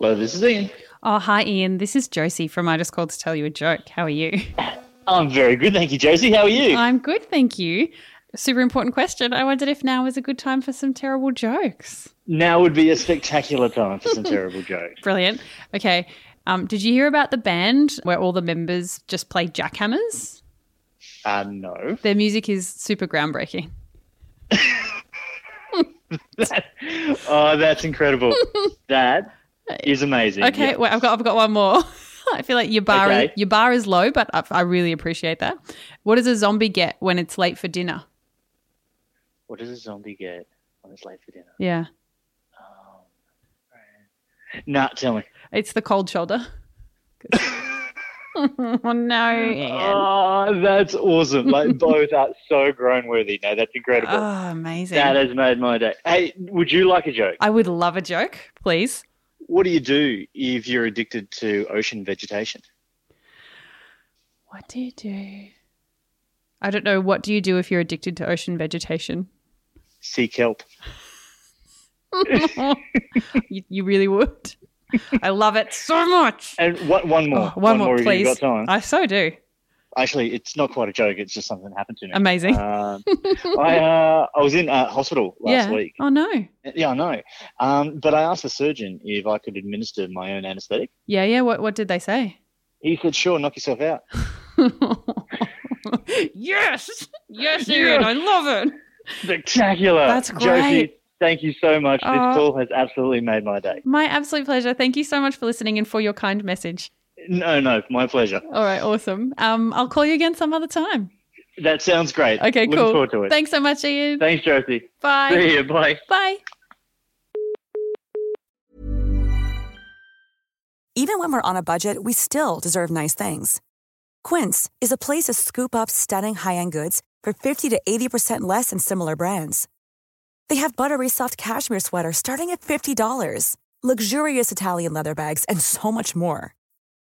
Hello, this is Ian. Oh, hi, Ian. This is Josie from I Just Called to Tell You a Joke. How are you? I'm very good, thank you, Josie. How are you? I'm good, thank you. Super important question. I wondered if now is a good time for some terrible jokes. now would be a spectacular time for some terrible jokes. Brilliant. Okay. Um, did you hear about the band where all the members just play jackhammers? Uh, no. Their music is super groundbreaking. Oh, that's incredible. that is amazing. Okay, Yeah. wait, I've got I've got one more. I feel like your bar Okay. is, your bar is low, but I, I really appreciate that. What does a zombie get when it's late for dinner? What does a zombie get when it's late for dinner? Um, Yeah, Nah, tell me. it's the cold shoulder. oh no! Ian. Oh, that's awesome. Like, both are so grown worthy. No, that's incredible. Oh, amazing! that has made my day. Hey, would you like a joke? I would love a joke, please. What do you do if you're addicted to ocean vegetation? What do you do? I don't know. What do you do if you're addicted to ocean vegetation? Seek help. you, you really would. I love it so much. And what, one more. Oh, One One more, if please. You've got time. I so do. Actually, it's not quite a joke. It's just something that happened to me. Amazing. Um, I uh, I was in uh, hospital last yeah. week. Oh no. Yeah, I know. Um, but I asked the surgeon if I could administer my own anaesthetic. Yeah, yeah. What what did they say? He said, "Sure, knock yourself out." yes, yes, Ian, I love it. Spectacular. That's Josie, great. thank you so much. Oh. this call has absolutely made my day. My absolute pleasure. Thank you so much for listening and for your kind message. No, no, my pleasure. All right, awesome. Um, I'll call you again some other time. That sounds great. Okay, Looking cool. forward to it. Thanks so much, Ian. Thanks, Josie. Bye. See you. Bye. Bye. Even when we're on a budget, we still deserve nice things. Quince is a place to scoop up stunning high end goods for 50 to 80% less than similar brands. They have buttery soft cashmere sweaters starting at $50, luxurious Italian leather bags, and so much more.